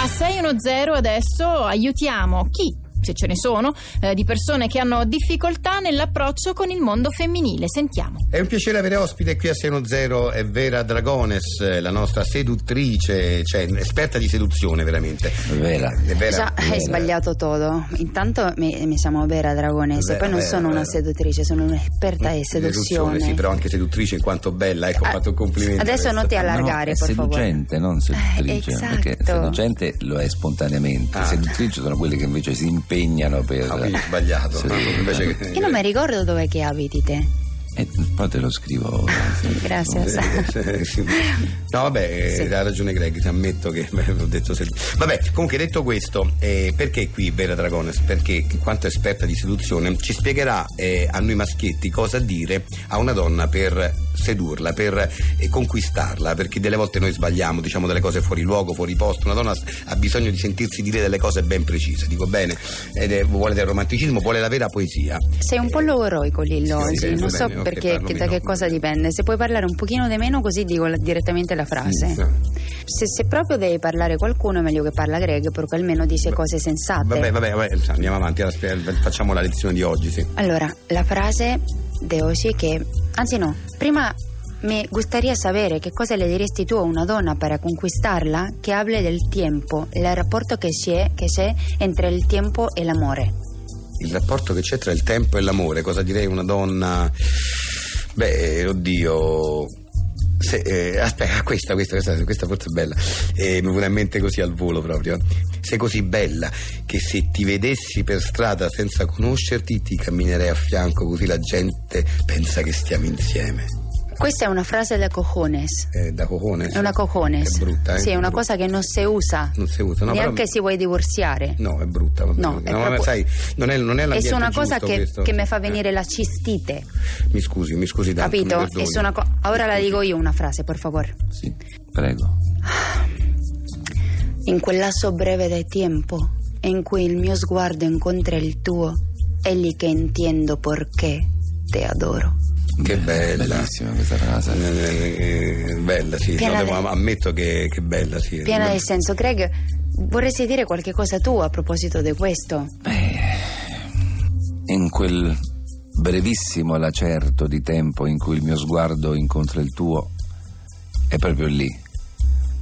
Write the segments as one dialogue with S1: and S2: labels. S1: A 610 adesso aiutiamo chi, se ce ne sono, eh, di persone che hanno difficoltà nell'approccio con il mondo femminile. Sentiamo.
S2: È un piacere avere ospite qui a Seno Zero, è Vera Dragones, eh, la nostra seduttrice, cioè esperta di seduzione veramente.
S3: Vera.
S2: È vera?
S4: Già, hai sbagliato tutto. Intanto mi, mi chiamo Vera Dragonese,
S2: Vera,
S4: poi non
S2: Vera,
S4: sono una
S2: Vera.
S4: seduttrice, sono un'esperta di seduzione.
S2: Sì, però anche seduttrice in quanto bella, ecco, ho
S4: Ah,
S2: fatto un complimento.
S4: Adesso non ti allargare,
S3: è
S4: per favore.
S3: seducente, non seduttrice.
S4: Eh, esatto.
S3: Perché seducente lo è spontaneamente.
S2: Ah.
S3: Seduttrice sono quelle che invece si impegnano per.
S2: Ah, quindi ho sbagliato.
S3: Sì.
S2: ma invece che-
S4: Io non mi ricordo dove che abiti te.
S3: E Eh, poi te lo scrivo.
S2: Eh,
S4: Grazie.
S2: No, vabbè,
S4: Cioè, Sì.
S2: eh, ha ragione Greg, ti ammetto che beh, ho detto seduzione. Vabbè, comunque detto questo, eh, perché qui Vera Dragones? Perché in quanto esperta di seduzione ci spiegherà eh, a noi maschietti cosa dire a una donna per sedurla, per eh, conquistarla, perché delle volte noi sbagliamo, diciamo delle cose fuori luogo, fuori posto, una donna s- ha bisogno di sentirsi dire delle cose ben precise, dico bene, ed è- vuole del romanticismo, vuole la vera poesia.
S4: Sei un po' logoroico Lillo
S2: sì,
S4: oggi,
S2: dipende,
S4: non so
S2: ok,
S4: perché
S2: parlo
S4: che- da
S2: meno.
S4: che cosa dipende. Se puoi parlare un pochino di meno così dico la- direttamente la frase.
S2: Mm.
S4: Se, se proprio devi parlare qualcuno è meglio che parla Greg perché almeno dice cose sensate.
S2: Vabbè, vabbè, vabbè, andiamo avanti, alla spe- facciamo la lezione di oggi, sì.
S4: Allora, la frase di oggi è che, anzi no, prima mi gustaría sapere che cosa le diresti tu a una donna per conquistarla che hable del tempo, il rapporto che c'è, che c'è entre il tempo e l'amore.
S2: il rapporto che c'è tra il tempo e l'amore, cosa direi una donna? Beh, oddio. Se, eh, aspetta, questa, questa, questa, questa forse è bella. Eh, mi viene in mente così al volo proprio. Sei così bella che se ti vedessi per strada senza conoscerti ti camminerei a fianco così la gente pensa che stiamo insieme.
S4: Questa è una frase da cojones,
S2: Eh, da cocone.
S4: è una cojones.
S2: È brutta, eh?
S4: Sì, è una
S2: Brutta.
S4: cosa che non si usa,
S2: Non si usa, no, però-
S4: neanche se vuoi divorziare.
S2: No, è brutta. vabbè.
S4: No, è
S2: ma
S4: proprio-
S2: sai, non è, non è
S4: È
S2: l'ambiente
S4: una cosa
S2: giusto
S4: che,
S2: questo.
S4: che mi fa
S2: Eh,
S4: venire la cistite,
S2: Mi scusi, mi scusi tanto. mi
S4: capito?
S2: perdoni.
S4: Es una co- Ahora la digo io una frase, por favor.
S3: Sì, prego.
S4: In quel lasso breve di tempo in cui il mio sguardo incontra il tuo, è lì che intendo perché te adoro.
S2: Che bella.
S3: Bellissima questa frase.
S2: Eh, eh, bella, sì.
S4: Piena
S2: No, devo-
S4: di-
S2: ammetto che, che bella, sì.
S4: Piena di senso, Greg, vorresti dire qualche cosa tu a proposito di questo?
S3: In quel brevissimo lacerto di tempo in cui il mio sguardo incontra il tuo, è proprio lì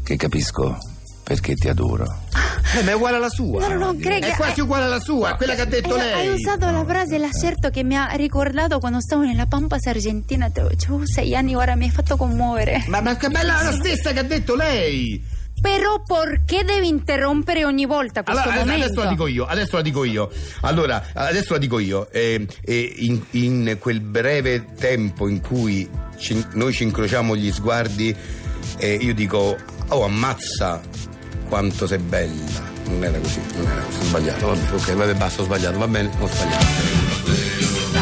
S3: che capisco perché ti adoro.
S2: Eh, ma è uguale alla sua.
S4: No, no, no, Greg,
S2: È quasi
S4: eh,
S2: uguale alla sua, quella che ha detto
S4: Eh,
S2: lei.
S4: Hai usato la frase lacerto che mi ha ricordato quando stavo nella Pampas Argentina. te- Avevo sei anni, ora mi hai fatto commuovere.
S2: Ma, ma che bella è la stessa che ha detto lei.
S4: Però perché devi interrompere ogni volta questo
S2: Allora, adesso,
S4: momento?
S2: adesso la dico io, adesso la dico io. Allora, adesso la dico io. Eh, eh, in, in quel breve tempo in cui ci- noi ci incrociamo gli sguardi, eh, io dico, oh ammazza quanto sei bella. Non era così, non era così, ho sbagliato. Vabbè, ok, vabbè, basta, ho sbagliato, va bene, ho sbagliato.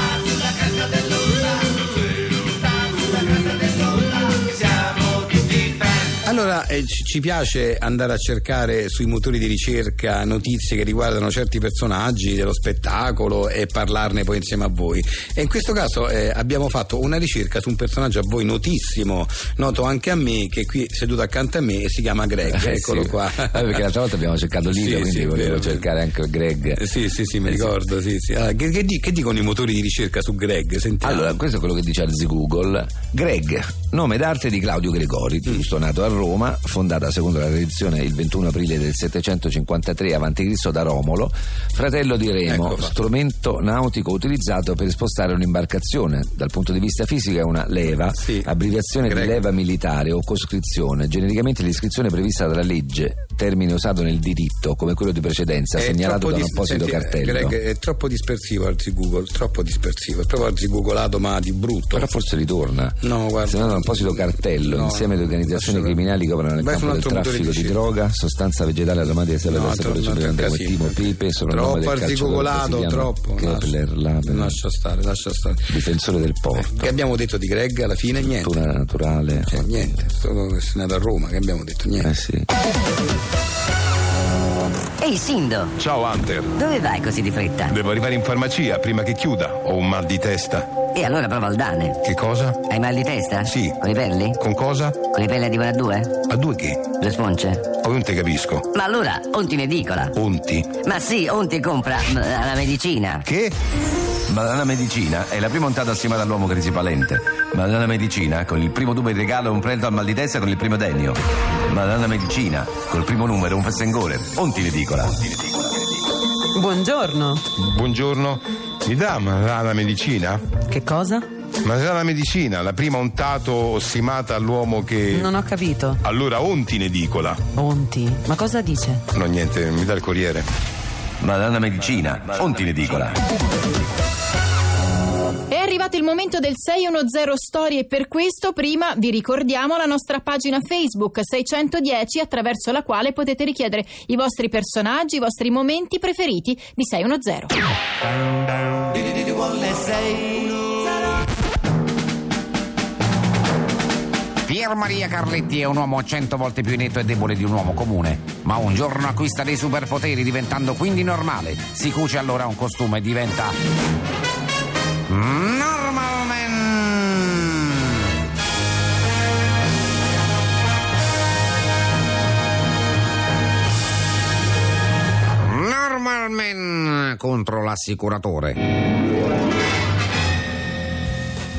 S2: Allora, eh, ci ci piace andare a cercare sui motori di ricerca notizie che riguardano certi personaggi dello spettacolo e parlarne poi insieme a voi. E in questo caso eh, abbiamo fatto una ricerca su un personaggio a voi notissimo, noto anche a me, che è qui seduto accanto a me e si chiama Greg.
S3: Eh,
S2: Eccolo
S3: sì.
S2: qua.
S3: Eh, perché l'altra volta abbiamo cercato
S2: Sì,
S3: Lido, quindi
S2: sì,
S3: volevo
S2: vero.
S3: cercare anche Greg.
S2: Eh, Sì, sì, sì, mi
S3: Eh, sì.
S2: ricordo. Sì, sì. Allora, che, che di- che dicono i motori di ricerca su Greg? Sentiamo.
S3: Allora, questo è quello che dice Arzi Google. Greg, nome d'arte di Claudio
S2: Mm.
S3: Gregori, giusto nato a Roma, fondata secondo la tradizione il 21 aprile del 753 a.C. da Romolo, fratello di Remo,
S2: Ecco qua.
S3: strumento nautico utilizzato per spostare un'imbarcazione. Dal punto di vista fisico è una leva,
S2: Sì.
S3: abbreviazione
S2: Greg.
S3: di leva militare o coscrizione, genericamente l'iscrizione prevista dalla legge, termine usato nel diritto come quello di precedenza, segnalato
S2: troppo
S3: da un
S2: dis-
S3: apposito
S2: senti,
S3: cartello.
S2: Greg, è troppo dispersivo Arzi Google, troppo dispersivo, è proprio Arzi Googleato ma di brutto.
S3: Però forse ritorna.
S2: No, guarda.
S3: Se no, da un apposito cartello,
S2: No,
S3: insieme di organizzazioni
S2: lascia-
S3: criminali che operano nel
S2: Vai su un
S3: campo del
S2: altro motore
S3: traffico di
S2: ricerca.
S3: droga, sostanza vegetale aromatica stella
S2: No,
S3: del
S2: tro-
S3: sapore
S2: tro- tro-
S3: cipriano
S2: casino.
S3: Timo Pipe, soprannome
S2: troppo
S3: del calciatore
S2: arzigogolato,
S3: brasiliano
S2: troppo.
S3: Kepler
S2: Lascia-
S3: Laben,
S2: Lascia stare, lascia stare.
S3: difensore del porto,
S2: Che abbiamo detto di Greg alla fine? Niente.
S3: cultura naturale.
S2: Cioè, niente, solo che sei nato a Roma, che abbiamo detto niente.
S3: Eh sì.
S5: Ehi Sindo,
S6: Ciao Hunter,
S5: dove vai così di fretta?
S6: devo arrivare in farmacia prima che chiuda. Ho un mal di testa.
S7: E allora prova il Dane.
S5: Che cosa?
S7: Hai mal di testa?
S5: Sì.
S7: Con i pelli?
S5: Con cosa?
S7: Con i pelli a divora due?
S5: A due che?
S7: Due sponce?
S5: Oh, non te capisco.
S7: Ma allora, onti in edicola.
S5: Onti.
S7: Ma sì, onti compra mm, la medicina.
S5: Che?
S2: Madonna Medicina è la prima ondata assieme all'uomo crisivalente. Madonna Medicina con il primo tubo in regalo un prendo al mal di testa con il primo dennio. Madonna Medicina col primo numero un fessengore. Onti in edicola.
S8: Buongiorno.
S9: Buongiorno, mi dà ma la medicina?
S8: Che cosa?
S9: Ma sarà la medicina, la prima ontato ossimata all'uomo che.
S8: Non ho capito.
S9: Allora onti in edicola.
S8: Onti. Ma cosa dice?
S9: No, niente, mi dà il corriere.
S2: Madonna Medicina. Onti in edicola.
S1: È arrivato il momento del 610 Storie, per questo prima vi ricordiamo la nostra pagina Facebook 610 attraverso la quale potete richiedere i vostri personaggi, i vostri momenti preferiti di 610.
S3: Pier Maria Carletti è un uomo cento volte più netto e debole di un uomo comune, ma un giorno acquista dei superpoteri diventando quindi normale. Si cuce allora un costume e diventa... Normal Man! Normal Man contro l'assicuratore.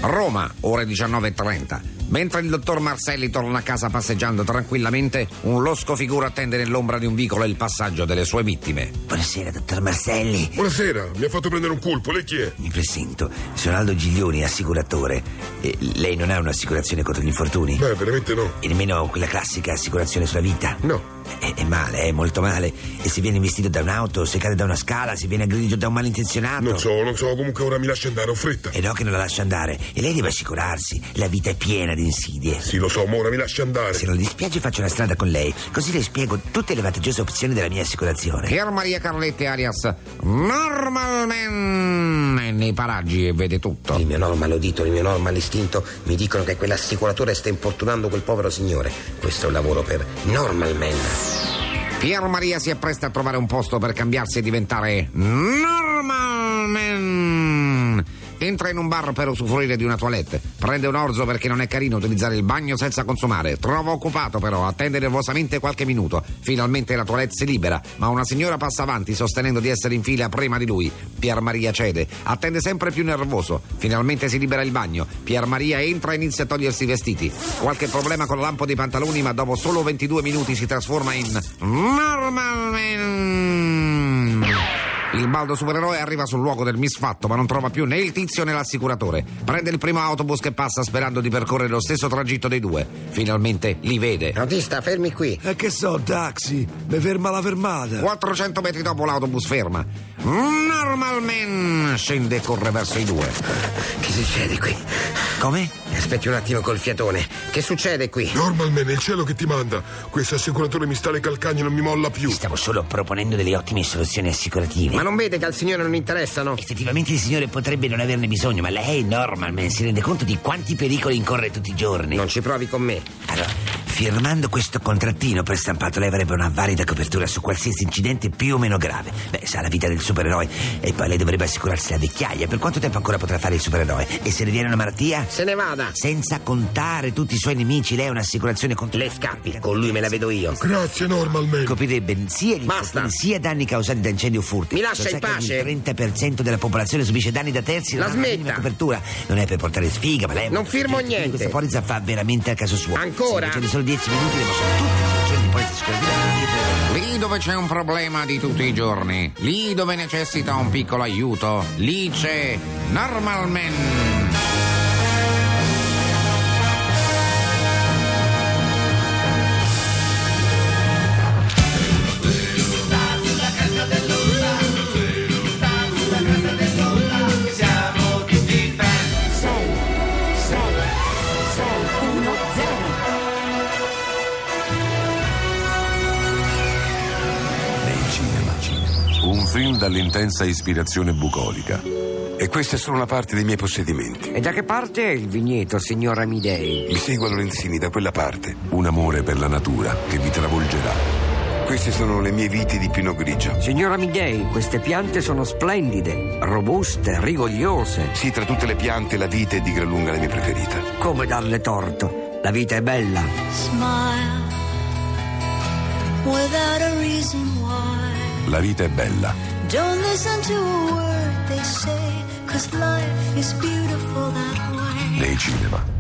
S3: Roma, ore 19.30. Mentre il dottor Marselli torna a casa passeggiando tranquillamente, un losco figura attende nell'ombra di un vicolo il passaggio delle sue vittime.
S7: Buonasera, dottor Marcelli.
S10: Buonasera, mi ha fatto prendere un colpo, lei chi è?
S7: Mi presento, sono Aldo Giglioni, assicuratore. Eh, lei non ha un'assicurazione contro gli infortuni?
S10: Beh, veramente no.
S7: E nemmeno quella classica assicurazione sulla vita?
S10: No.
S7: È, è male, è molto male. E se viene investito da un'auto, se cade da una scala, se viene aggredito da un malintenzionato.
S10: Non so, non so, comunque ora mi lascia andare, ho fretta.
S7: E no che non la lascia andare. E lei deve assicurarsi. La vita è piena di insidie.
S10: Sì, lo so, ma ora mi lascia andare.
S7: Se non le dispiace faccio una strada con lei, così le spiego tutte le vantaggiose opzioni della mia assicurazione.
S3: Pier Maria Carletti Arias, Normal Man! È nei paraggi e vede tutto.
S7: Il mio normal udito, il mio normal istinto mi dicono che quell'assicuratore sta importunando quel povero signore. Questo è un lavoro per normal man.
S3: Pier Maria si appresta a trovare un posto per cambiarsi e diventare Normal Man. Entra in un bar per usufruire di una toilette. Prende un orzo perché non è carino utilizzare il bagno senza consumare. Trova occupato però, attende nervosamente qualche minuto. Finalmente la toilette si libera, ma una signora passa avanti sostenendo di essere in fila prima di lui. Pier Maria cede, attende sempre più nervoso. Finalmente si libera il bagno. Pier Maria entra e inizia a togliersi i vestiti. Qualche problema con la lampo dei pantaloni, ma dopo solo 22 minuti si trasforma in Normal Man. Il baldo supereroe arriva sul luogo del misfatto, ma non trova più né il tizio né l'assicuratore. Prende il primo autobus che passa sperando di percorrere lo stesso tragitto dei due. Finalmente li vede.
S7: Autista, fermi qui.
S11: E che so, taxi, mi Oh, ferma la fermata.
S3: 400 metri dopo l'autobus ferma. Normal Man scende e corre verso i due.
S7: Che succede qui?
S3: Come?
S7: Aspetti un attimo col fiatone. Che succede qui?
S10: Normal Man, è il cielo che ti manda. Questo assicuratore mi sta le calcagni e non mi molla più.
S7: Stavo solo proponendo delle ottime soluzioni assicurative.
S3: Ma non vede che al signore non interessano?
S7: Effettivamente il signore potrebbe non averne bisogno, ma lei, normal man, si rende conto di quanti pericoli incorre tutti i giorni.
S3: Non ci provi con me.
S7: Allora, firmando questo contrattino prestampato lei avrebbe una valida copertura su qualsiasi incidente più o meno grave. Beh, sa la vita del supereroe e poi lei dovrebbe assicurarsi la vecchiaia. Per quanto tempo ancora potrà fare il supereroe? E se le viene una malattia?
S3: Se ne vada.
S7: Senza contare tutti i suoi nemici, lei ha un'assicurazione contro
S3: Le scappi, con lui me la vedo io.
S10: Grazie, Normal Man.
S7: Coprirebbe sia gli
S3: Basta.
S7: infortuni, sia danni causati da incendi o furti.
S3: Mi lascia
S7: Lo sa
S3: in
S7: che
S3: pace?
S7: Il 30% della popolazione subisce danni da terzi.
S3: La
S7: non ha
S3: smetta.
S7: minima copertura. Non è per portare sfiga, ma lei. è
S3: Non
S7: molto
S3: firmo
S7: soggetto, quindi
S3: niente.
S7: Questa polizza fa veramente al caso suo.
S3: Ancora?
S7: Se ne solo 10 minuti, le possono tutti i soluzioni di polizza sicurativa.
S3: Lì dove c'è un problema di tutti i giorni, lì dove necessita un piccolo aiuto, lì c'è Normal Man.
S2: Un film dall'intensa ispirazione bucolica.
S5: E questa è solo una parte dei miei possedimenti.
S7: E da che parte è il vigneto, signor Amidei?
S5: Mi seguono Lorenzini da quella parte.
S2: Un amore per la natura che vi travolgerà. Queste sono le mie viti di Pinot Grigio.
S3: Signora Mighei, queste piante sono splendide, robuste, rigogliose.
S2: Sì, tra tutte le piante la vite è di gran lunga la mia preferita.
S3: Come darle torto? La vita è bella.
S7: Smile without a reason why.
S12: La vita è bella.
S7: Don't listen to a word they say, cause life is beautiful that way.
S12: Nei cinema.